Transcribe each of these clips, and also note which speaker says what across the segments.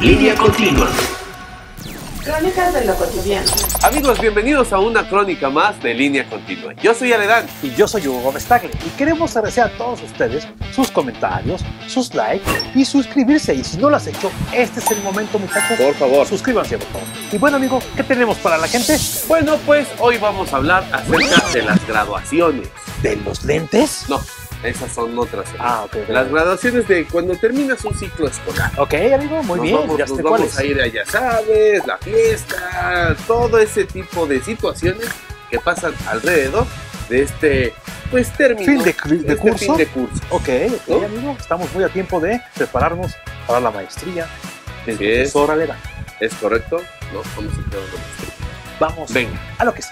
Speaker 1: Línea continua.
Speaker 2: Crónicas de lo cotidiano.
Speaker 3: Amigos, bienvenidos a una crónica más de Línea Continua. Yo soy Aledán.
Speaker 4: Y yo soy Hugo Gómez Tagle y queremos agradecer a todos ustedes sus comentarios, sus likes y suscribirse. Y si no lo has hecho, este es el momento, muchachos.
Speaker 3: Por favor.
Speaker 4: Suscríbanse, por favor. Y bueno, amigo, ¿qué tenemos para la gente?
Speaker 3: Bueno, pues hoy vamos a hablar acerca de las graduaciones.
Speaker 4: ¿De los lentes?
Speaker 3: No, esas son otras.
Speaker 4: Ah, ok. ok.
Speaker 3: Las graduaciones de cuando terminas un ciclo escolar.
Speaker 4: Ok, amigo, muy
Speaker 3: Nos
Speaker 4: bien.
Speaker 3: vamos,
Speaker 4: ya
Speaker 3: nos
Speaker 4: sé cuál
Speaker 3: vamos
Speaker 4: es.
Speaker 3: a ir allá, sabes, la fiesta, todo ese tipo de situaciones que pasan alrededor de este, pues, término.
Speaker 4: Fin de, cri- de
Speaker 3: este
Speaker 4: curso.
Speaker 3: fin de curso.
Speaker 4: Ok, ok,
Speaker 3: ¿No?
Speaker 4: amigo. Estamos muy a tiempo de prepararnos para la maestría del
Speaker 3: Así es.
Speaker 4: profesor Aledán.
Speaker 3: ¿Es correcto? No, vamos a quedar con esto.
Speaker 4: Vamos
Speaker 3: Venga.
Speaker 4: a lo que sí.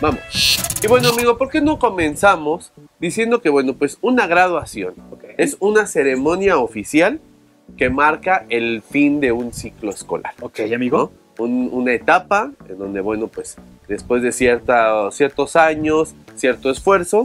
Speaker 3: Vamos. Y bueno, amigo, ¿por qué no comenzamos diciendo que, bueno, pues una graduación es una ceremonia oficial que marca el fin de un ciclo escolar?
Speaker 4: Ok, amigo.
Speaker 3: ¿no? Un- una etapa en donde, bueno, pues después de cierta, ciertos años, cierto esfuerzo,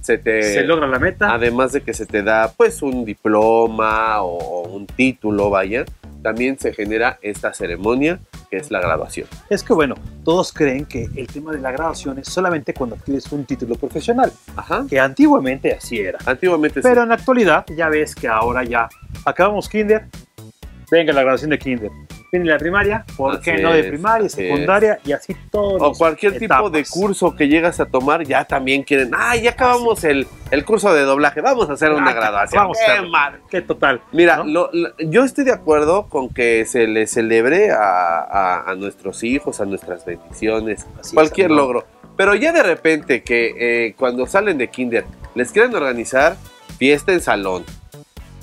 Speaker 3: se te...
Speaker 4: Se logra la meta.
Speaker 3: Además de que se te da pues un diploma o, o un título, vaya, también se genera esta ceremonia que es la graduación.
Speaker 4: Es que bueno, todos creen que el tema de la graduación es solamente cuando adquieres un título profesional,
Speaker 3: Ajá.
Speaker 4: que antiguamente así era.
Speaker 3: Antiguamente sí.
Speaker 4: Pero en la actualidad ya ves que ahora ya acabamos kinder, venga la graduación de kinder, viene la primaria, ¿por
Speaker 3: Así
Speaker 4: qué no de
Speaker 3: es,
Speaker 4: primaria,
Speaker 3: así
Speaker 4: secundaria y así todo?
Speaker 3: O cualquier tipo de curso que llegas a tomar, ya también quieren, ah, ya acabamos el, el curso de doblaje, vamos a hacer una
Speaker 4: Ah,
Speaker 3: graduación.
Speaker 4: vamos a
Speaker 3: ¡Qué
Speaker 4: hacerlo!
Speaker 3: madre!
Speaker 4: Que total.
Speaker 3: Mira,
Speaker 4: ¿no?
Speaker 3: lo- lo- yo estoy de acuerdo con que se le celebre a, a- a nuestros hijos, a nuestras bendiciones,
Speaker 4: Así es,
Speaker 3: cualquier
Speaker 4: amigo.
Speaker 3: logro. Pero ya de repente que eh, cuando salen de kinder les quieren organizar fiesta en salón,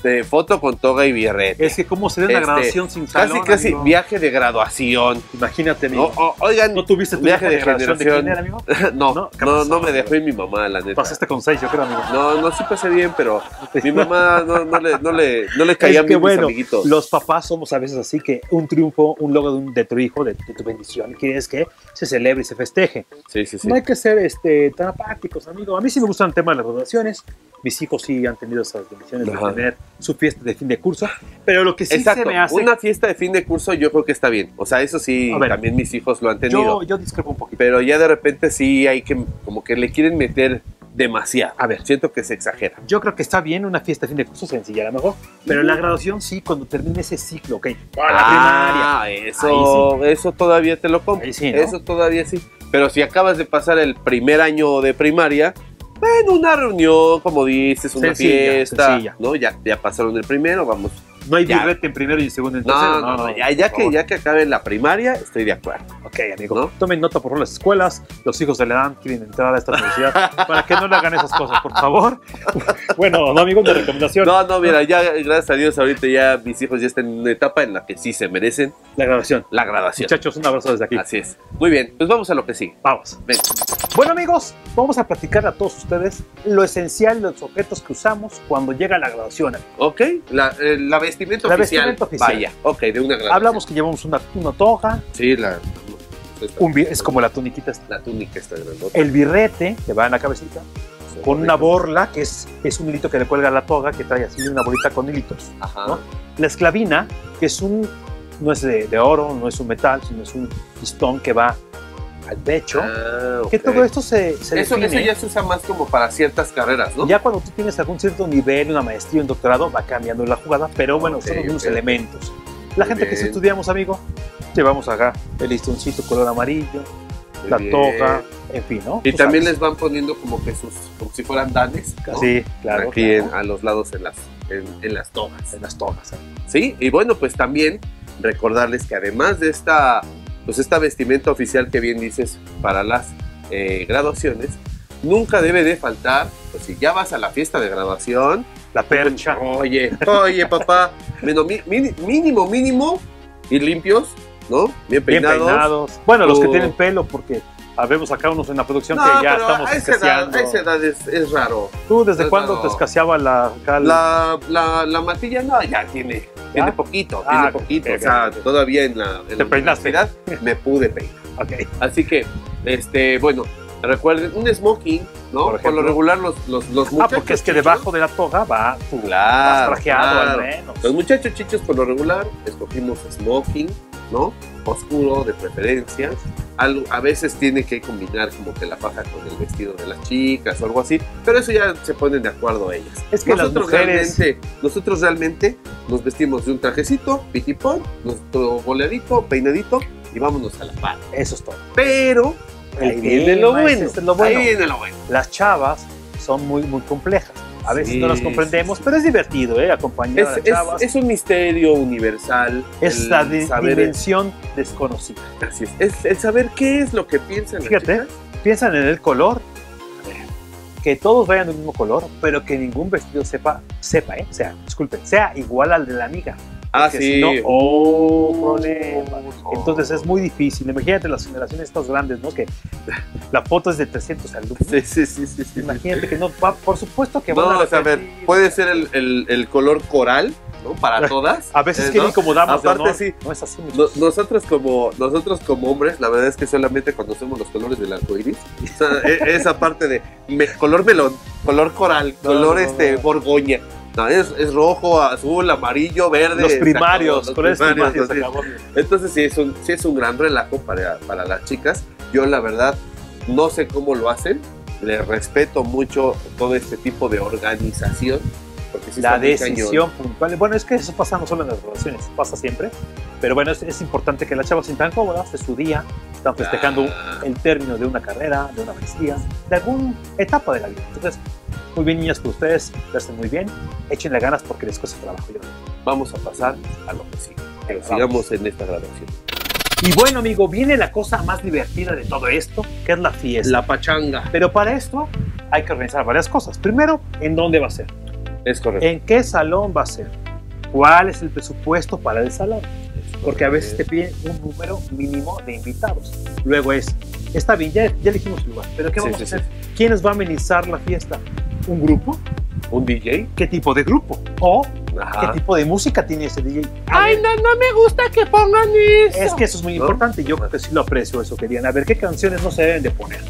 Speaker 3: de foto con toga y birrete,
Speaker 4: Es que cómo se da una
Speaker 3: Este,
Speaker 4: graduación sin
Speaker 3: casi
Speaker 4: salón,
Speaker 3: casi
Speaker 4: amigo?
Speaker 3: viaje de graduación.
Speaker 4: Imagínate,
Speaker 3: No,
Speaker 4: amigo.
Speaker 3: o- oigan,
Speaker 4: No, tuviste tu
Speaker 3: viaje
Speaker 4: viaje,
Speaker 3: de
Speaker 4: de graduación de
Speaker 3: generación.
Speaker 4: kinder, amigo?
Speaker 3: No,
Speaker 4: No,
Speaker 3: no,
Speaker 4: ¿qué
Speaker 3: no,
Speaker 4: pasó?
Speaker 3: me dejó y mi mamá, la neta.
Speaker 4: Pasaste con seis, yo creo, amigo.
Speaker 3: No, no, sí pasé bien, pero mi mamá no, no le, no, le, no le
Speaker 4: Es
Speaker 3: caían
Speaker 4: que
Speaker 3: bien mis
Speaker 4: bueno,
Speaker 3: amiguitos.
Speaker 4: los papás somos a veces así que un triunfo, un logro de, un- de tu hijo, de, de tu bendición, quieres que se celebre y se festeje.
Speaker 3: Sí, sí, sí.
Speaker 4: No hay que ser este, tan apáticos, amigo. A mí sí me gustan el tema de las graduaciones. Mis hijos sí han tenido esas bendiciones
Speaker 3: Ajá.
Speaker 4: de tener su fiesta de fin de curso. Pero lo que sí
Speaker 3: Exacto,
Speaker 4: se me hace...
Speaker 3: una fiesta de fin de curso yo creo que está bien. O sea, eso sí,
Speaker 4: A ver.
Speaker 3: también mis hijos lo han tenido.
Speaker 4: yo, yo discrepo un poquito.
Speaker 3: Pero ya de repente sí hay que, como que le quieren meter demasiado.
Speaker 4: A ver.
Speaker 3: Siento que se exagera.
Speaker 4: Yo creo que está bien una fiesta de fin de curso sencilla, a lo mejor. Pero la graduación sí, cuando termine ese ciclo, ¿ok? Ah, la primaria.
Speaker 3: ah, eso, eso todavía te lo compro.
Speaker 4: Ahí sí, ¿no?
Speaker 3: Eso todavía sí. Pero si acabas de pasar el primer año de primaria, en una reunión, como dices, una
Speaker 4: Sencilla,
Speaker 3: fiesta,
Speaker 4: sencilla.
Speaker 3: ¿no? Ya, ya pasaron el primero, vamos.
Speaker 4: No hay
Speaker 3: Ya.
Speaker 4: birrete en primero y en segundo. En
Speaker 3: No,
Speaker 4: tercero.
Speaker 3: no, no, ya, ya
Speaker 4: por
Speaker 3: que,
Speaker 4: favor.
Speaker 3: ya que acabe la primaria, estoy de acuerdo.
Speaker 4: Ok, amigo.
Speaker 3: ¿No?
Speaker 4: Tomen nota por favor, las escuelas. Los hijos de la edad quieren entrar a esta universidad para que no le hagan esas cosas, por favor. bueno, no, amigo, una recomendación.
Speaker 3: No, no, mira, ya, gracias a Dios, ahorita ya mis hijos ya están en una etapa en la que sí se merecen
Speaker 4: La grabación.
Speaker 3: la graduación.
Speaker 4: Muchachos, un abrazo desde aquí.
Speaker 3: Así es. Muy bien, pues vamos a lo que sigue.
Speaker 4: Vamos.
Speaker 3: Venga.
Speaker 4: Bueno, amigos, vamos a platicar a todos ustedes lo esencial de los objetos que usamos cuando llega la graduación.
Speaker 3: ¿Ok? La, eh, la vestimenta
Speaker 4: La
Speaker 3: oficial.
Speaker 4: vestimenta oficial.
Speaker 3: Vaya, ok, de una graduación.
Speaker 4: Hablamos que llevamos una, una toga,
Speaker 3: Sí, la,
Speaker 4: un bi- es como la tuniquita, esta.
Speaker 3: la túnica está grandota.
Speaker 4: el birrete que va en la cabecita, con una borla, que es, es un hilito que le cuelga a la toga, que trae así una bolita con hilitos.
Speaker 3: Ajá.
Speaker 4: ¿no? La esclavina, que es un, no es de, de oro, no es un metal, sino es un pistón que va al pecho.
Speaker 3: Ah,
Speaker 4: Que
Speaker 3: ok.
Speaker 4: todo esto se, se
Speaker 3: Eso, eso
Speaker 4: define. ¿eh?
Speaker 3: ya se usa más como para ciertas carreras, ¿no?
Speaker 4: Ya cuando tú tienes algún cierto nivel, una maestría, un doctorado, va cambiando la jugada, pero bueno,
Speaker 3: Ok,
Speaker 4: son los mismos
Speaker 3: ok.
Speaker 4: elementos. La
Speaker 3: Muy
Speaker 4: gente que sí
Speaker 3: bien.
Speaker 4: estudiamos, amigo, llevamos acá el listoncito color amarillo,
Speaker 3: Muy
Speaker 4: la
Speaker 3: bien.
Speaker 4: toga, en fin, ¿no?
Speaker 3: Y
Speaker 4: Tú
Speaker 3: también
Speaker 4: sabes.
Speaker 3: les van poniendo como que sus, como si fueran danes, ¿no?
Speaker 4: Sí, claro.
Speaker 3: Aquí
Speaker 4: claro.
Speaker 3: en- a los lados en las, en, en las togas.
Speaker 4: En las togas. ¿eh?
Speaker 3: Sí, y bueno, pues también recordarles que además de esta, pues esta vestimenta oficial que bien dices para las eh, graduaciones, nunca debe de faltar, pues si ya vas a la fiesta de graduación,
Speaker 4: La percha.
Speaker 3: oye, oye papá, bueno, mi- mi- mínimo, mínimo, ir limpios, ¿no? Bien
Speaker 4: Bien
Speaker 3: peinados.
Speaker 4: peinados. Bueno, los que
Speaker 3: O-
Speaker 4: tienen pelo, porque habemos acá unos en la producción
Speaker 3: No,
Speaker 4: que ya
Speaker 3: pero
Speaker 4: estamos
Speaker 3: a esa edad,
Speaker 4: escaseando.
Speaker 3: a esa edad es, es raro.
Speaker 4: ¿Tú desde
Speaker 3: no,
Speaker 4: cuándo
Speaker 3: no.
Speaker 4: te escaseaba la, acá el-
Speaker 3: La, la, la matilla no, ya tiene, tiene poquito,
Speaker 4: Ah,
Speaker 3: tiene poquito.
Speaker 4: ok,
Speaker 3: o sea,
Speaker 4: ok, ok.
Speaker 3: todavía en la, en
Speaker 4: Te
Speaker 3: la
Speaker 4: peinaste.
Speaker 3: universidad me pude peinar.
Speaker 4: Ok. Ah,
Speaker 3: Así que, este, bueno, Recuerden, un smoking, ¿no?
Speaker 4: Por
Speaker 3: Por, lo
Speaker 4: ejemplo.
Speaker 3: regular los, los, los
Speaker 4: Ah,
Speaker 3: muchachos
Speaker 4: porque es que
Speaker 3: chichos-
Speaker 4: debajo de la toga va tu vas
Speaker 3: Claro,
Speaker 4: trajeado al
Speaker 3: claro.
Speaker 4: menos.
Speaker 3: Los muchachos chichos por lo regular escogimos smoking, ¿no? Oscuro de preferencia. Algo- a veces tiene que combinar como que la paja con el vestido de las chicas o algo así, pero eso ya se ponen de acuerdo ellas.
Speaker 4: Es que las mujeres-
Speaker 3: realmente, nosotros realmente nos vestimos de un trajecito, pitipón, nuestro boleadito, peinadito y vámonos a la par.
Speaker 4: Eso es todo.
Speaker 3: Pero
Speaker 4: El
Speaker 3: ahí viene lo
Speaker 4: tema es
Speaker 3: bueno.
Speaker 4: este, lo bueno.
Speaker 3: Ahí viene lo bueno.
Speaker 4: Las chavas son muy, muy complejas. A veces
Speaker 3: Sí,
Speaker 4: no las comprendemos,
Speaker 3: sí, sí.
Speaker 4: pero es divertido, ¿eh? Acompañar
Speaker 3: Es,
Speaker 4: a las
Speaker 3: es-
Speaker 4: chavas. Es,
Speaker 3: es un misterio universal. el
Speaker 4: la di-
Speaker 3: saber-
Speaker 4: dimensión desconocida.
Speaker 3: Así es. Es el saber qué es lo que piensan las
Speaker 4: Fíjate,
Speaker 3: chicas.
Speaker 4: piensan en el color. Que todos vayan del mismo color, pero que ningún vestido sepa, sepa, ¿eh? O sea, disculpen, sea igual al de la amiga.
Speaker 3: Ah,
Speaker 4: Porque
Speaker 3: sí.
Speaker 4: si no, oh, problema.
Speaker 3: Oh.
Speaker 4: Entonces es muy difícil. Imagínate las generaciones estas grandes, ¿no? Que la foto es de 300 alumnos.
Speaker 3: Sí, sí, sí, sí, sí.
Speaker 4: Imagínate que no va, por supuesto que
Speaker 3: No,
Speaker 4: van a
Speaker 3: o sea, a ver,
Speaker 4: repetir.
Speaker 3: puede ser el, el- el color coral, ¿no? Para todas.
Speaker 4: A veces
Speaker 3: Eh,
Speaker 4: que
Speaker 3: ¿no?
Speaker 4: ni como damas de
Speaker 3: Aparte,
Speaker 4: honor.
Speaker 3: sí.
Speaker 4: No es así, muchachos.
Speaker 3: No- nosotros como nosotros como hombres, la verdad es que solamente conocemos los colores del arco iris. O sea, e- esa parte de me- color melón, color coral,
Speaker 4: No,
Speaker 3: color
Speaker 4: no,
Speaker 3: este
Speaker 4: no.
Speaker 3: borgoña. No, es, es rojo, azul, amarillo, verde.
Speaker 4: los
Speaker 3: se acabó,
Speaker 4: primarios, este
Speaker 3: los
Speaker 4: colores primarios.
Speaker 3: así es.
Speaker 4: se acabó.
Speaker 3: Entonces sí es un, sí es un gran relajo para, para las chicas. Yo la verdad no sé cómo lo hacen. Les respeto mucho todo este tipo de organización. Porque sí
Speaker 4: La
Speaker 3: está muy cañón.
Speaker 4: decisión puntual. Bueno, es que eso pasa no solo en las relaciones, pasa siempre. Pero bueno, es, es importante que las chavas se sientan cómodas de su día, están festejando
Speaker 3: Ah,
Speaker 4: el término de una carrera, de una maestría, de alguna etapa de la vida. Entonces, muy bien, niñas, que ustedes lo hacen muy bien. Échenle ganas porque les cuesta trabajo. yo lo sé.
Speaker 3: Vamos a pasar a lo que sigue. Pero
Speaker 4: Vamos.
Speaker 3: sigamos en esta grabación.
Speaker 4: Y bueno, amigo, viene la cosa más divertida de todo esto, que es la fiesta.
Speaker 3: La pachanga.
Speaker 4: Pero para esto hay que organizar varias cosas. Primero, ¿en dónde va a ser?
Speaker 3: Es correcto.
Speaker 4: ¿En qué salón va a ser? ¿Cuál es el presupuesto para el salón?
Speaker 3: Eh,
Speaker 4: Porque a veces te piden un número mínimo de invitados. Luego es, está bien, ya, ya elegimos el lugar, pero ¿qué
Speaker 3: Sí,
Speaker 4: vamos
Speaker 3: sí,
Speaker 4: a hacer? ¿Quiénes va a amenizar la fiesta? ¿Un grupo?
Speaker 3: ¿Un DJ?
Speaker 4: ¿Qué tipo de grupo? ¿O qué
Speaker 3: Ajá.
Speaker 4: tipo de música tiene ese DJ? A ver,
Speaker 3: no, no me gusta que pongan eso.
Speaker 4: Es que eso es muy
Speaker 3: ¿No?
Speaker 4: importante. Yo creo que sí lo aprecio eso que digan. A ver, ¿qué canciones no se deben de poner?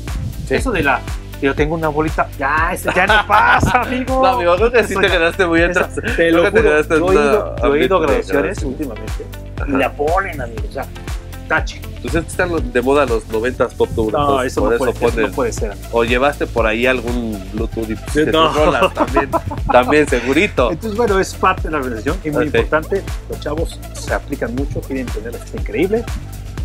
Speaker 3: Sí.
Speaker 4: Eso de la... Yo tengo una bolita. Ya, ese ya no pasa, amigo.
Speaker 3: No, amigo, creo que sí
Speaker 4: Eso
Speaker 3: te
Speaker 4: ya-
Speaker 3: quedaste muy
Speaker 4: Esa-
Speaker 3: atrás.
Speaker 4: te lo
Speaker 3: Creo que te
Speaker 4: juro,
Speaker 3: quedaste
Speaker 4: yo he
Speaker 3: en una-
Speaker 4: ido, yo he ido a
Speaker 3: ámbito de
Speaker 4: grabaciones
Speaker 3: grabación.
Speaker 4: últimamente y
Speaker 3: Ajá.
Speaker 4: la ponen, amigo. O sea, tache.
Speaker 3: Pues es que están los- de moda los 90s pop tour.
Speaker 4: No,
Speaker 3: entonces
Speaker 4: eso
Speaker 3: Pues, por
Speaker 4: no, puede, eso
Speaker 3: ponen-
Speaker 4: no puede ser. amigo.
Speaker 3: O llevaste por ahí algún Bluetooth y pusiste
Speaker 4: No.
Speaker 3: tus rolas también, también segurito.
Speaker 4: Entonces, bueno, es parte de la organización y muy
Speaker 3: Ok.
Speaker 4: importante. Los chavos se aplican mucho, quieren tener la fiesta increíble.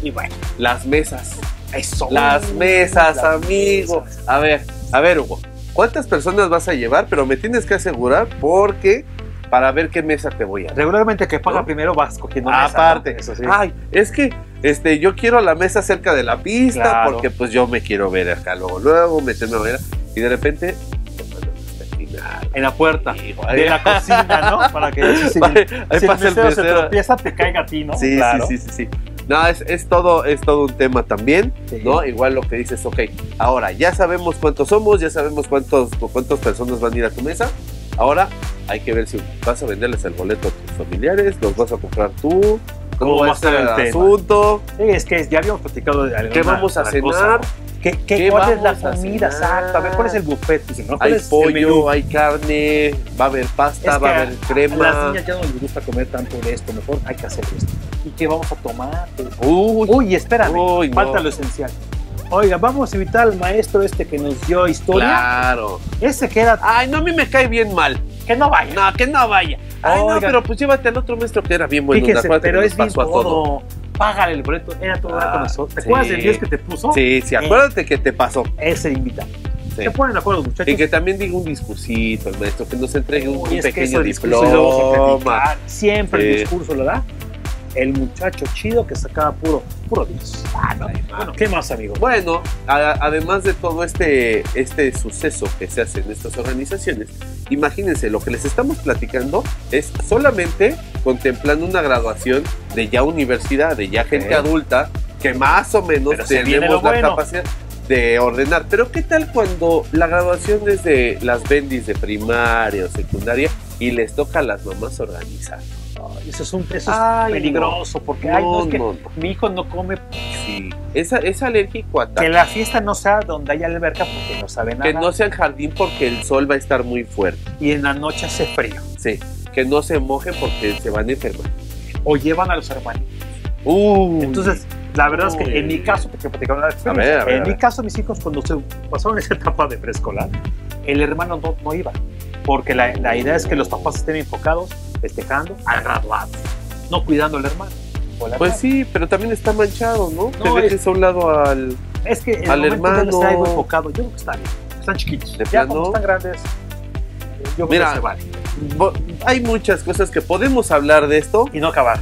Speaker 4: Y bueno,
Speaker 3: Las mesas,
Speaker 4: eso.
Speaker 3: las mesas,
Speaker 4: Las
Speaker 3: amigo.
Speaker 4: mesas.
Speaker 3: A ver, a ver, Hugo, ¿cuántas personas vas a llevar? Pero me tienes que asegurar porque para ver qué mesa te voy a dar.
Speaker 4: Regularmente el que paga
Speaker 3: ¿No?
Speaker 4: primero vas cogiendo mesa, ¿no?
Speaker 3: Ah, Aparte,
Speaker 4: Eso sí.
Speaker 3: ay, es que este, yo quiero la mesa cerca de la pista
Speaker 4: Claro.
Speaker 3: porque pues yo me quiero ver acá luego, luego, meterme a ver. Y de repente, pues,
Speaker 4: en la puerta
Speaker 3: amigo,
Speaker 4: de la cocina, ¿no? Para que si, si
Speaker 3: ahí, ahí
Speaker 4: el
Speaker 3: pasa el
Speaker 4: mesero se
Speaker 3: mesero.
Speaker 4: tropieza, te caiga a ti, ¿no?
Speaker 3: Sí,
Speaker 4: Claro.
Speaker 3: sí, sí, sí, sí. No, es, es todo, es todo un tema también,
Speaker 4: Sí.
Speaker 3: ¿no? Igual lo que dices, ok, ahora ya sabemos cuántos somos, ya sabemos cuántos, cuántas personas van a ir a tu mesa. Ahora hay que ver si vas a venderles el boleto a tus familiares, los vas a comprar tú,
Speaker 4: ¿Cómo
Speaker 3: cómo va
Speaker 4: va
Speaker 3: a
Speaker 4: a ser
Speaker 3: ser el
Speaker 4: el tema?
Speaker 3: asunto,
Speaker 4: Sí, es que ya habíamos platicado de alguna
Speaker 3: qué vamos a
Speaker 4: otra
Speaker 3: cenar.
Speaker 4: cosa, ¿no? ¿Qué, qué,
Speaker 3: ¿Qué
Speaker 4: cuál es la
Speaker 3: vamos a
Speaker 4: comida?
Speaker 3: cenar?
Speaker 4: Exacto. A ver, ¿cuál es el buffet? Dicen, ¿no? ¿Cuál
Speaker 3: Hay
Speaker 4: es el menú?
Speaker 3: pollo, hay carne, va a haber pasta,
Speaker 4: Es
Speaker 3: va
Speaker 4: que
Speaker 3: a haber
Speaker 4: A las
Speaker 3: crema.
Speaker 4: niñas ya no les gusta comer tanto de esto, mejor hay que hacer esto. ¿Y qué vamos a tomar?
Speaker 3: Uy,
Speaker 4: Uy, espérame,
Speaker 3: uy, no.
Speaker 4: falta lo esencial. Oiga, vamos a invitar al maestro este que nos dio historia.
Speaker 3: Claro.
Speaker 4: Ese que era...
Speaker 3: Ay, no, a mí me cae bien mal.
Speaker 4: Que no vaya.
Speaker 3: No, que no vaya. Ay, no,
Speaker 4: Oiga.
Speaker 3: pero pues llévate al otro maestro que era bien bueno.
Speaker 4: Fíjense, pero es bien
Speaker 3: paso a todo.
Speaker 4: todo. Págale el boleto, era todo
Speaker 3: Ah,
Speaker 4: con nosotros. ¿Te
Speaker 3: sí.
Speaker 4: acuerdas del 10 que te puso?
Speaker 3: Sí, sí, acuérdate que te pasó.
Speaker 4: Ese invitado.
Speaker 3: Sí.
Speaker 4: Se ponen de acuerdo, muchachos.
Speaker 3: Y que también diga un discursito el maestro, que nos entregue un,
Speaker 4: Uy,
Speaker 3: un
Speaker 4: es que
Speaker 3: pequeño
Speaker 4: eso del discurso y luego se
Speaker 3: diploma.
Speaker 4: platicar. Siempre el
Speaker 3: Sí.
Speaker 4: discurso lo da el muchacho chido que sacaba puro, puro 10. Ah, no. Bueno, ¿qué más, amigo?
Speaker 3: Bueno, a- además de todo este, este suceso que se hace en estas organizaciones, imagínense, lo que les estamos platicando es solamente contemplando una graduación de ya universidad, de ya gente
Speaker 4: Sí.
Speaker 3: adulta, que más o menos
Speaker 4: Pero se viene
Speaker 3: tenemos
Speaker 4: lo
Speaker 3: la
Speaker 4: bueno.
Speaker 3: capacidad de ordenar. Pero ¿qué tal cuando la graduación es de las bendis de primaria o secundaria y les toca a las mamás organizar?
Speaker 4: Ay, Eso es, un, eso es
Speaker 3: Ay,
Speaker 4: peligroso porque ay, no, es que
Speaker 3: No, no,
Speaker 4: mi hijo no come.
Speaker 3: sí. Esa- es alérgico a
Speaker 4: Que
Speaker 3: tal.
Speaker 4: la fiesta no sea donde haya alberca porque no sabe nada.
Speaker 3: Que no sea en jardín porque el sol va a estar muy fuerte.
Speaker 4: Y en la noche hace frío.
Speaker 3: Sí. Que no se mojen porque se van a enfermar.
Speaker 4: O llevan a los hermanitos.
Speaker 3: Uy.
Speaker 4: Entonces, la verdad es
Speaker 3: Uy.
Speaker 4: que en mi caso, porque platicaron la
Speaker 3: A ver, a ver,
Speaker 4: en
Speaker 3: a
Speaker 4: mi
Speaker 3: ver.
Speaker 4: caso, mis hijos cuando se pasaron esa etapa de preescolar, el hermano no, no iba. Porque la, la idea es que los papás estén enfocados, festejando, al graduado, no cuidando al hermano. o la
Speaker 3: Pues
Speaker 4: hermana.
Speaker 3: sí, pero también está manchado, ¿no?
Speaker 4: No,
Speaker 3: Te metes
Speaker 4: es-
Speaker 3: a un lado al.
Speaker 4: Es que el
Speaker 3: Al
Speaker 4: momento en que
Speaker 3: hermano.
Speaker 4: está algo enfocado, yo creo que está bien. Están chiquitos.
Speaker 3: De
Speaker 4: ya
Speaker 3: plano.
Speaker 4: cuando están grandes, yo creo
Speaker 3: Mira.
Speaker 4: que se vale.
Speaker 3: Bo- Hay muchas cosas que podemos hablar de esto
Speaker 4: Y no acabar.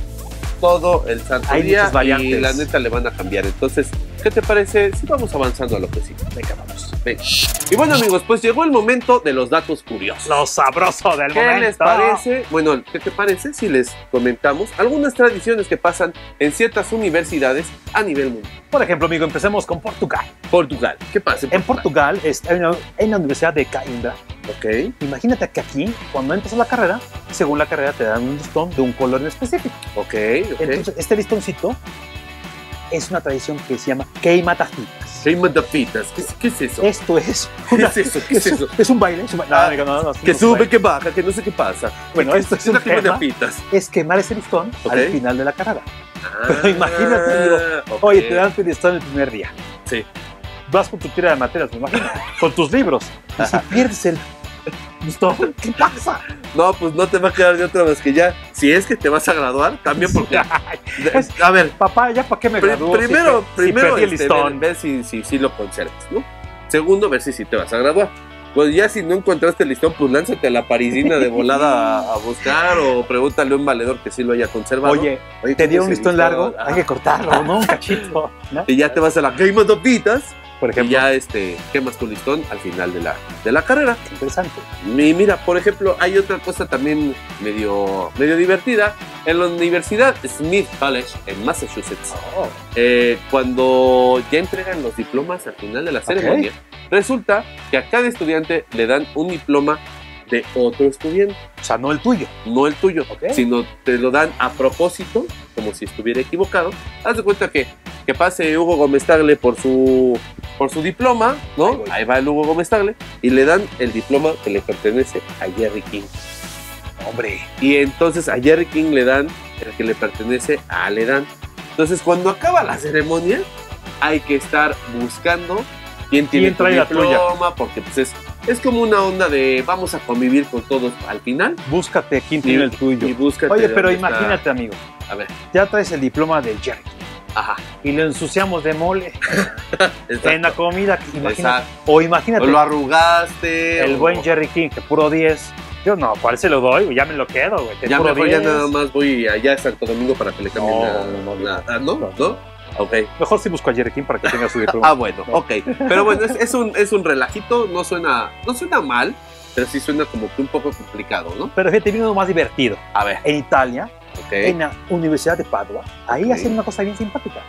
Speaker 3: todo el santo
Speaker 4: Hay
Speaker 3: día
Speaker 4: muchas variantes.
Speaker 3: y la neta le van a cambiar. Entonces, ¿qué te parece si vamos avanzando a lo que sí?
Speaker 4: Venga, vamos.
Speaker 3: Ven. Y bueno, amigos, pues llegó el momento de los datos curiosos.
Speaker 4: Lo sabroso del
Speaker 3: ¿Qué
Speaker 4: momento.
Speaker 3: les parece? Bueno, ¿qué te parece si les comentamos algunas tradiciones que pasan en ciertas universidades a nivel mundial?
Speaker 4: Por ejemplo, amigo, empecemos con Portugal.
Speaker 3: Portugal. ¿Qué pasa
Speaker 4: En Portugal es- hay una- hay una universidad de Coimbra.
Speaker 3: Ok.
Speaker 4: Imagínate que aquí, cuando entras a la carrera, según la carrera te dan un listón de un color en específico.
Speaker 3: Ok, ok.
Speaker 4: Entonces, este listoncito es una tradición que se llama queimatajitas.
Speaker 3: Shame of the Pitas. ¿Qué, qué es eso?
Speaker 4: Esto es,
Speaker 3: ¿Qué es eso? ¿Qué es eso?
Speaker 4: es un baile. Es un baile. No,
Speaker 3: Ah,
Speaker 4: amigo, no, no, no,
Speaker 3: Que
Speaker 4: no,
Speaker 3: sube,
Speaker 4: baile.
Speaker 3: que baja, que no sé qué pasa.
Speaker 4: Bueno, esto es
Speaker 3: una
Speaker 4: un
Speaker 3: quema
Speaker 4: tema.
Speaker 3: de pitas.
Speaker 4: Es quemar ese listón
Speaker 3: Ok.
Speaker 4: al final de la carrera.
Speaker 3: Ah,
Speaker 4: Pero imagínate, amigo.
Speaker 3: ok.
Speaker 4: Oye, te dan tu listón el primer día.
Speaker 3: Sí.
Speaker 4: Vas con tu tira de materias, me imagino. con tus libros. Y si pierdes el listón, ¿qué pasa?
Speaker 3: No, pues no te va a quedar de otra más que ya. Si es que te vas a graduar, también porque.
Speaker 4: Pues,
Speaker 3: a ver,
Speaker 4: Papá, ¿ya para qué me
Speaker 3: pri-
Speaker 4: graduó?
Speaker 3: primero,
Speaker 4: si, per- si
Speaker 3: primero
Speaker 4: perdí el
Speaker 3: este,
Speaker 4: listón.
Speaker 3: ver, ver si, si, si lo conservas, ¿no? Segundo, ver si, si te vas a graduar. Pues ya si no encontraste el listón, pues lánzate a la parisina de volada a, a buscar o pregúntale a un valedor que sí lo haya conservado.
Speaker 4: Oye,
Speaker 3: Oye,
Speaker 4: te
Speaker 3: ¿cómo
Speaker 4: dio un
Speaker 3: se
Speaker 4: listón
Speaker 3: listó?
Speaker 4: largo,
Speaker 3: Ah,
Speaker 4: hay que cortarlo, ¿no? Un cachito. ¿no?
Speaker 3: Y ya te vas a la Game of the Pitas y
Speaker 4: Por ejemplo,
Speaker 3: ya este, quemas tu listón al final de la, de la carrera.
Speaker 4: interesante.
Speaker 3: Y mira, por ejemplo, hay otra cosa también medio, medio divertida. En la Universidad Smith College, en Massachusetts,
Speaker 4: Oh,
Speaker 3: eh, cuando ya entregan los diplomas al final de la ceremonia, resulta que a cada estudiante le dan un diploma de otro estudiante,
Speaker 4: O sea, no el tuyo.
Speaker 3: no el tuyo,
Speaker 4: Ok.
Speaker 3: sino te lo dan a propósito, como si estuviera equivocado. Haz de cuenta que, que pase Hugo Gómez Tagle por su, por su diploma,
Speaker 4: Ahí
Speaker 3: ¿no?
Speaker 4: voy.
Speaker 3: Ahí, va el Hugo Gómez Tagle y le dan el diploma que le pertenece a Jerry King.
Speaker 4: Hombre,
Speaker 3: Y entonces a Jerry King le dan el que le pertenece a Ledan. Entonces, cuando acaba la ceremonia, hay que estar buscando quién tiene
Speaker 4: ¿Quién
Speaker 3: tu
Speaker 4: trae la tuya?
Speaker 3: diploma, porque pues es, es como una onda de vamos a convivir con todos al final
Speaker 4: búscate quién tiene el
Speaker 3: y
Speaker 4: tuyo.
Speaker 3: búscate.
Speaker 4: Oye, pero
Speaker 3: dónde está.
Speaker 4: imagínate, amigo.
Speaker 3: A ver.
Speaker 4: Ya traes el diploma de Jerry
Speaker 3: Ajá,
Speaker 4: y lo ensuciamos de mole en
Speaker 3: exacto.
Speaker 4: la comida. Imagínate.
Speaker 3: exacto.
Speaker 4: O imagínate
Speaker 3: O lo arrugaste.
Speaker 4: el
Speaker 3: o-
Speaker 4: buen Jerry King, que puro 10. Yo no, ¿cuál se lo doy? Ya me lo quedo, güey. que
Speaker 3: Ya
Speaker 4: puro
Speaker 3: mejor ya
Speaker 4: 10.
Speaker 3: nada más voy allá a Santo Domingo para que le cambien
Speaker 4: No,
Speaker 3: la-
Speaker 4: no, no,
Speaker 3: la- ah, ¿no?
Speaker 4: no.
Speaker 3: ¿No? Ok.
Speaker 4: Mejor sí busco a Jerry King para que tenga su
Speaker 3: Ah,
Speaker 4: diploma.
Speaker 3: bueno, ok. Pero bueno, es, es un, es un relajito, no suena, no suena mal, pero sí suena como que un poco complicado, ¿no?
Speaker 4: pero fíjate, viene lo más divertido.
Speaker 3: A ver,
Speaker 4: En Italia, en
Speaker 3: ok.
Speaker 4: la Universidad de Padua, ahí
Speaker 3: Ok.
Speaker 4: hacen una cosa bien simpática.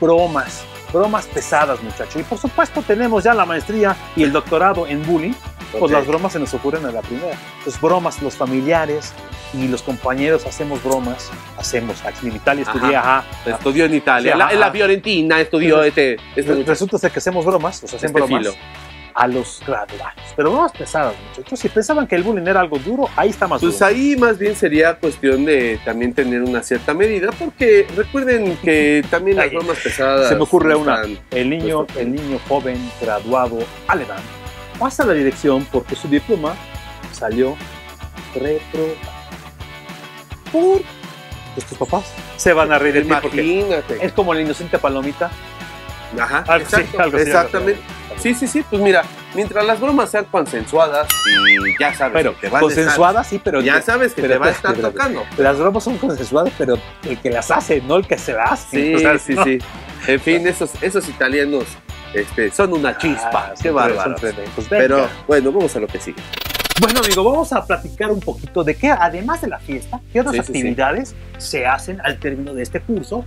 Speaker 4: Bromas, bromas pesadas, muchachos. Y por supuesto tenemos ya la maestría y el doctorado en bullying, pues
Speaker 3: ok.
Speaker 4: las bromas se nos ocurren a la primera. Pues bromas los familiares y los compañeros hacemos bromas, hacemos. Aquí en Italia
Speaker 3: Ajá.
Speaker 4: estudié, ajá. Ah,
Speaker 3: Estudió en Italia,
Speaker 4: Sí, ah.
Speaker 3: la-
Speaker 4: ajá.
Speaker 3: en la Fiorentina estudió este, este
Speaker 4: Re-
Speaker 3: muchacho,
Speaker 4: Resulta ser que hacemos bromas, o sea, hacen
Speaker 3: este
Speaker 4: bromas
Speaker 3: filo.
Speaker 4: a los graduados. Pero bromas pesadas, muchachos. Si pensaban que el bullying era algo duro, ahí está más
Speaker 3: Pues
Speaker 4: duro.
Speaker 3: ahí más bien sería cuestión de también tener una cierta medida, porque recuerden que también las
Speaker 4: Ay,
Speaker 3: bromas pesadas.
Speaker 4: se me ocurre
Speaker 3: no
Speaker 4: una.
Speaker 3: están-
Speaker 4: El niño,
Speaker 3: Pues,
Speaker 4: el niño joven graduado alemán pasa la dirección porque su diploma salió reprobado. Por pues tus papás se van a reír de ti porque
Speaker 3: Imagínate.
Speaker 4: es como la inocente palomita.
Speaker 3: Ajá,
Speaker 4: Ah, Algo así,
Speaker 3: exacto,
Speaker 4: algo así,
Speaker 3: exactamente.
Speaker 4: algo
Speaker 3: Sí,
Speaker 4: así.
Speaker 3: sí, sí, pues mira, mientras las bromas sean consensuadas y ya sabes,
Speaker 4: Pero
Speaker 3: que van a estar-
Speaker 4: consensuadas sí, pero
Speaker 3: ya sabes que
Speaker 4: pero
Speaker 3: te va a
Speaker 4: espérate,
Speaker 3: estar
Speaker 4: espérate.
Speaker 3: tocando.
Speaker 4: las bromas son consensuadas, pero el que las hace, no el que se las hace.
Speaker 3: Sí,
Speaker 4: O sea,
Speaker 3: sí,
Speaker 4: no.
Speaker 3: sí. En fin, esos, esos italianos este, son una chispa.
Speaker 4: Ah,
Speaker 3: Qué
Speaker 4: son
Speaker 3: bárbaros.
Speaker 4: tremendos. Venga.
Speaker 3: Pero bueno, vamos a lo que sigue.
Speaker 4: Bueno, amigo, vamos a platicar un poquito de qué, además de la fiesta, qué otras
Speaker 3: Sí, sí, sí.
Speaker 4: actividades se hacen al término de este curso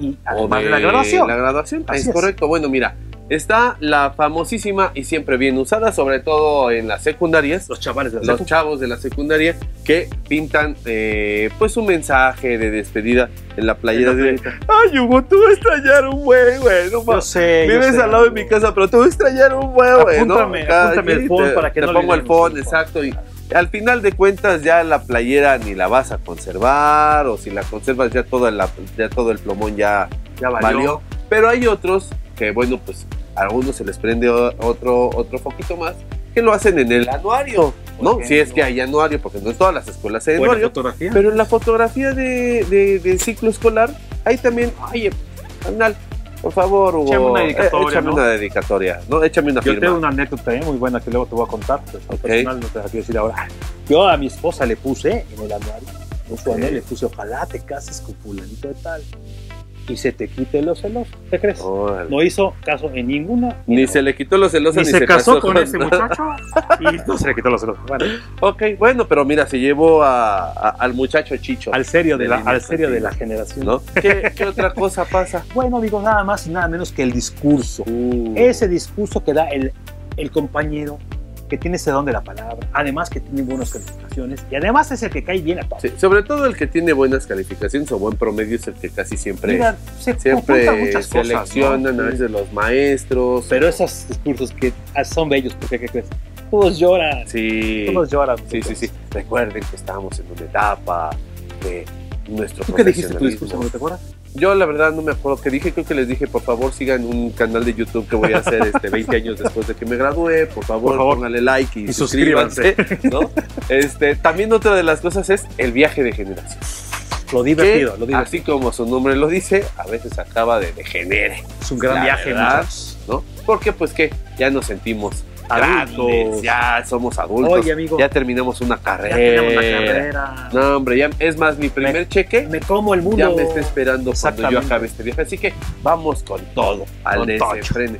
Speaker 4: y además
Speaker 3: O
Speaker 4: de, la graduación.
Speaker 3: La graduación, ah,
Speaker 4: Así
Speaker 3: es,
Speaker 4: es.
Speaker 3: correcto. Bueno, mira, Está la famosísima y siempre bien usada, sobre todo en las secundarias,
Speaker 4: Los chavales de la
Speaker 3: los
Speaker 4: secu.
Speaker 3: chavos de la secundaria que pintan eh, pues un mensaje de despedida en la playera
Speaker 4: En la
Speaker 3: de Ay Hugo, tú vas a extrañar un güey, güey, no
Speaker 4: Yo
Speaker 3: mames.
Speaker 4: sé. yo
Speaker 3: Vives
Speaker 4: sé,
Speaker 3: al lado de
Speaker 4: amigo.
Speaker 3: mi casa, pero tú vas a extrañar un güey, güey. ¿no?
Speaker 4: Apúntame,
Speaker 3: Acá,
Speaker 4: apúntame
Speaker 3: y
Speaker 4: el phone
Speaker 3: te-
Speaker 4: para que
Speaker 3: te
Speaker 4: no
Speaker 3: pongo el
Speaker 4: olvidemos el
Speaker 3: phone,
Speaker 4: phone.
Speaker 3: exacto. Y al final de cuentas ya la playera ni la vas a conservar o si la conservas ya toda la, ya todo el plomón ya
Speaker 4: Ya valió.
Speaker 3: valió. Pero hay otros que, bueno, pues a algunos se les prende o- otro, otro foquito más que lo hacen en el anuario, ¿no?
Speaker 4: Por
Speaker 3: Si es
Speaker 4: ejemplo.
Speaker 3: que hay anuario, porque no en todas las escuelas hay
Speaker 4: Buena
Speaker 3: anuario.
Speaker 4: fotografía.
Speaker 3: Pero en la fotografía de, de- del ciclo escolar, ahí también, oye, carnal, por favor, Hugo,
Speaker 4: Échame una
Speaker 3: eh,
Speaker 4: dedicatoria,
Speaker 3: échame
Speaker 4: ¿no?
Speaker 3: una dedicatoria, ¿no? Échame una
Speaker 4: Yo
Speaker 3: firma.
Speaker 4: tengo una anécdota eh, muy buena que luego te voy a contar, pero es
Speaker 3: Ok.
Speaker 4: personal, no te la quiero decir ahora. Yo a mi esposa le puse en el anuario, en su
Speaker 3: Ok.
Speaker 4: anuario le puse, ojalá te cases con fulanito de tal y se te quite los celos. ¿Te crees?
Speaker 3: Órale.
Speaker 4: No hizo caso en ninguna.
Speaker 3: Ni
Speaker 4: no.
Speaker 3: se le quitó los celos
Speaker 4: Ni se, casó, con ese
Speaker 3: nada.
Speaker 4: muchacho y no se le quitó los celos. Bueno,
Speaker 3: Ok, bueno, pero mira, se llevó a- a- al muchacho Chicho,
Speaker 4: al serio de la,
Speaker 3: Del
Speaker 4: al serio de la
Speaker 3: iniciativo.
Speaker 4: generación.
Speaker 3: ¿no? ¿Qué, qué otra cosa pasa? Uh.
Speaker 4: Bueno, digo nada más y nada menos que el discurso. ese discurso que da el, el compañero que tiene ese don de la palabra, además que tiene buenas calificaciones y además es el que cae bien a todos.
Speaker 3: Sí, sobre todo el que tiene buenas calificaciones o buen promedio es el que casi siempre,
Speaker 4: Mira, se conjuntan
Speaker 3: siempre
Speaker 4: muchas cosas,
Speaker 3: seleccionan
Speaker 4: ¿no?
Speaker 3: a veces los maestros.
Speaker 4: Pero esos discursos que ah, son bellos, porque ¿qué crees? Todos lloran,
Speaker 3: sí,
Speaker 4: todos lloran.
Speaker 3: sí, sí, sí. Recuerden que estamos en una etapa de nuestro
Speaker 4: ¿Tú qué dijiste tu discurso?
Speaker 3: profesionalismo.
Speaker 4: ¿No te acuerdas?
Speaker 3: Yo la verdad no me acuerdo qué dije, creo que les dije, por favor sigan un canal de YouTube que voy a hacer este 20 años después de que me gradué, por favor,
Speaker 4: Por favor.
Speaker 3: pónganle like y,
Speaker 4: Y
Speaker 3: suscríbanse,
Speaker 4: suscríbanse.
Speaker 3: ¿no? Este, también otra de las cosas es el viaje de generación.
Speaker 4: Lo
Speaker 3: Que,
Speaker 4: divertido, lo divertido.
Speaker 3: así como su nombre lo dice, a veces acaba de degenere,
Speaker 4: es un gran
Speaker 3: la
Speaker 4: viaje,
Speaker 3: verdad,
Speaker 4: muchachos.
Speaker 3: ¿no? Porque pues que ya nos sentimos
Speaker 4: Adultos.
Speaker 3: grandes, ya somos adultos,
Speaker 4: Oye, amigo,
Speaker 3: ya terminamos una
Speaker 4: ya
Speaker 3: carrera.
Speaker 4: tenemos la carrera.
Speaker 3: No, hombre, ya es más mi primer cheque
Speaker 4: Me como el mundo.
Speaker 3: ya me está esperando cuando yo
Speaker 4: Exactamente.
Speaker 3: acabe este viaje. Así que vamos con todo al
Speaker 4: Con tocho.
Speaker 3: desenfrene.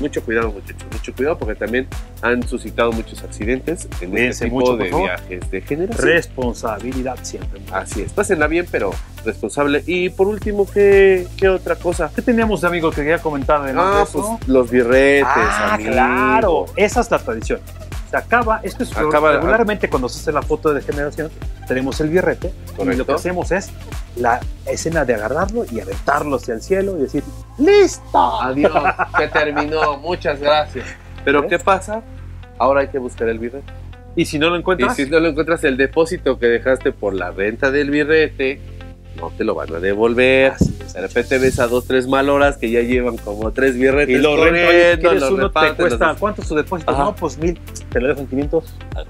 Speaker 3: Mucho cuidado, muchachos, mucho cuidado porque también han suscitado muchos accidentes en
Speaker 4: Cuídense
Speaker 3: este tipo
Speaker 4: mucho, por
Speaker 3: de
Speaker 4: favor.
Speaker 3: viajes de generación.
Speaker 4: Responsabilidad siempre. muchachos.
Speaker 3: Así es, pásenla bien, pero responsable. Y por último, ¿qué, qué otra cosa?
Speaker 4: ¿Qué teníamos, amigo, que quería comentar de
Speaker 3: Ah,
Speaker 4: antes,
Speaker 3: pues
Speaker 4: no?
Speaker 3: los birretes,
Speaker 4: Ah,
Speaker 3: amigo.
Speaker 4: claro. Esa es la tradición. Se acaba, esto es
Speaker 3: Acaba-
Speaker 4: regularmente cuando se hace la foto de generación, tenemos el birrete y
Speaker 3: Correcto.
Speaker 4: lo que hacemos es la escena de agarrarlo y aventarlo hacia el cielo y decir, ¡listo!
Speaker 3: Adiós, que terminó, muchas gracias. Pero
Speaker 4: ¿Eh?
Speaker 3: ¿qué pasa? Ahora hay que buscar el birrete.
Speaker 4: Y si no lo
Speaker 3: Y
Speaker 4: encuentras,
Speaker 3: si no lo encuentras, el depósito que dejaste por la venta del birrete, no te lo van a devolver.
Speaker 4: así es.
Speaker 3: De repente ves a dos, tres maloras que ya llevan como tres birretes
Speaker 4: y lo rento, oye,
Speaker 3: corriendo,
Speaker 4: ¿quieres
Speaker 3: los
Speaker 4: uno? ¿Te
Speaker 3: reparten, los
Speaker 4: cuesta cuánto es su depósito?
Speaker 3: Ajá.
Speaker 4: No, pues mil. Te lo dejo en 500.
Speaker 3: des-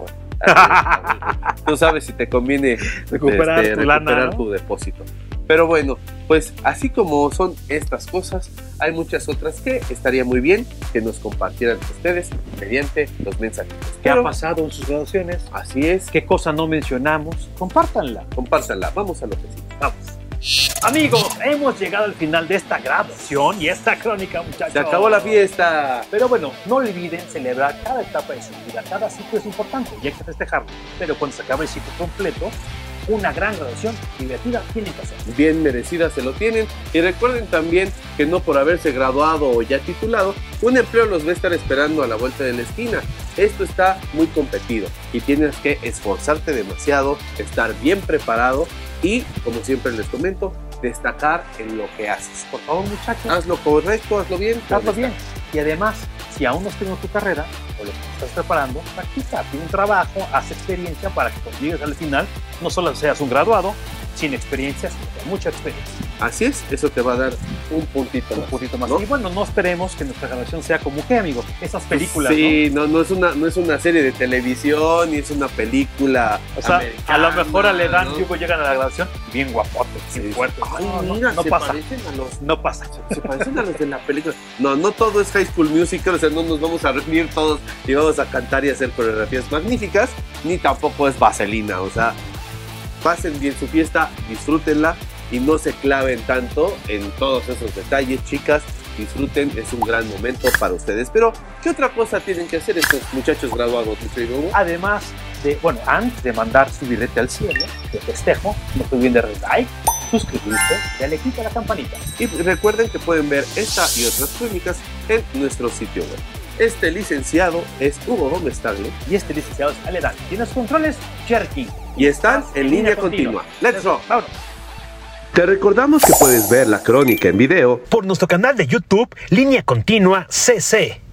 Speaker 3: Tú sabes si te conviene
Speaker 4: Recuperar
Speaker 3: este,
Speaker 4: tu lana.
Speaker 3: recuperar
Speaker 4: ¿no?
Speaker 3: tu depósito. Pero bueno, pues así como son estas cosas, hay muchas otras que estaría muy bien que nos compartieran ustedes mediante los mensajes.
Speaker 4: ¿Qué ha
Speaker 3: Pero
Speaker 4: pasado en sus graduaciones?
Speaker 3: Así es,
Speaker 4: ¿Qué cosa no mencionamos? Compártanla.
Speaker 3: compártanla. Vamos a lo que sí.
Speaker 4: Vamos. Amigos, hemos llegado al final de esta grabación y esta crónica, muchachos.
Speaker 3: Se acabó la fiesta.
Speaker 4: Pero bueno, no olviden celebrar cada etapa de su vida. Cada ciclo es importante y hay que festejarlo. Pero cuando se acabe el ciclo completo, una gran graduación divertida tiene que hacer.
Speaker 3: bien merecida se lo tienen. Y recuerden también que no por haberse graduado o ya titulado, un empleo los va a estar esperando a la vuelta de la esquina. Esto está muy competido y tienes que esforzarte demasiado, estar bien preparado y, como siempre les comento, destacar en lo que haces.
Speaker 4: Por favor, muchachos,
Speaker 3: Haz lo correcto, hazlo bien. pero
Speaker 4: hazlo bien. Y además, si aún no has tenido tu carrera o lo que te estás preparando, practica, tiene un trabajo, haz experiencia para que cuando llegues al final no solo seas un graduado sin experiencia, sino con mucha experiencia.
Speaker 3: destaca. Así es, eso te va a dar un puntito
Speaker 4: un
Speaker 3: más,
Speaker 4: poquito más.
Speaker 3: ¿no?
Speaker 4: Y bueno, no esperemos que nuestra generación sea como qué, amigos, esas películas,
Speaker 3: Sí, no, no, es una, no es una serie de televisión, ni es una película.
Speaker 4: ¿no? O sea, a lo mejor a la edad
Speaker 3: ¿no?
Speaker 4: que Hugo llegan a la grabación bien guapotes, bien fuertes.
Speaker 3: Ay,
Speaker 4: no, no,
Speaker 3: mira,
Speaker 4: no
Speaker 3: se
Speaker 4: pasa,
Speaker 3: parecen a los
Speaker 4: no pasa.
Speaker 3: se parecen a los de la película. No, no todo es High School Musical, o sea, no nos vamos a reunir todos y vamos a cantar y hacer coreografías magníficas, ni tampoco es vaselina, o sea, pasen bien su fiesta, disfrútenla y no se claven tanto en todos esos detalles, chicas, disfruten, es un gran momento para ustedes. Pero, ¿qué otra cosa tienen que hacer estos muchachos graduados, mi querido Hugo?
Speaker 4: Además de, bueno, antes de mandar su billete al cielo, de festejo, no se olviden de darle like, suscribirse, dale click a la campanita.
Speaker 3: Y recuerden que pueden ver esta y otras crónicas en nuestro sitio web. Este licenciado es Hugo Gómez Tagle
Speaker 4: Y este licenciado es Aledán. Y en los controles, Jerky.
Speaker 3: y están en línea continua. ¡Let's rock!
Speaker 4: Vámonos.
Speaker 3: Te recordamos que puedes ver la crónica en video
Speaker 1: por nuestro canal de YouTube Línea Continua CC.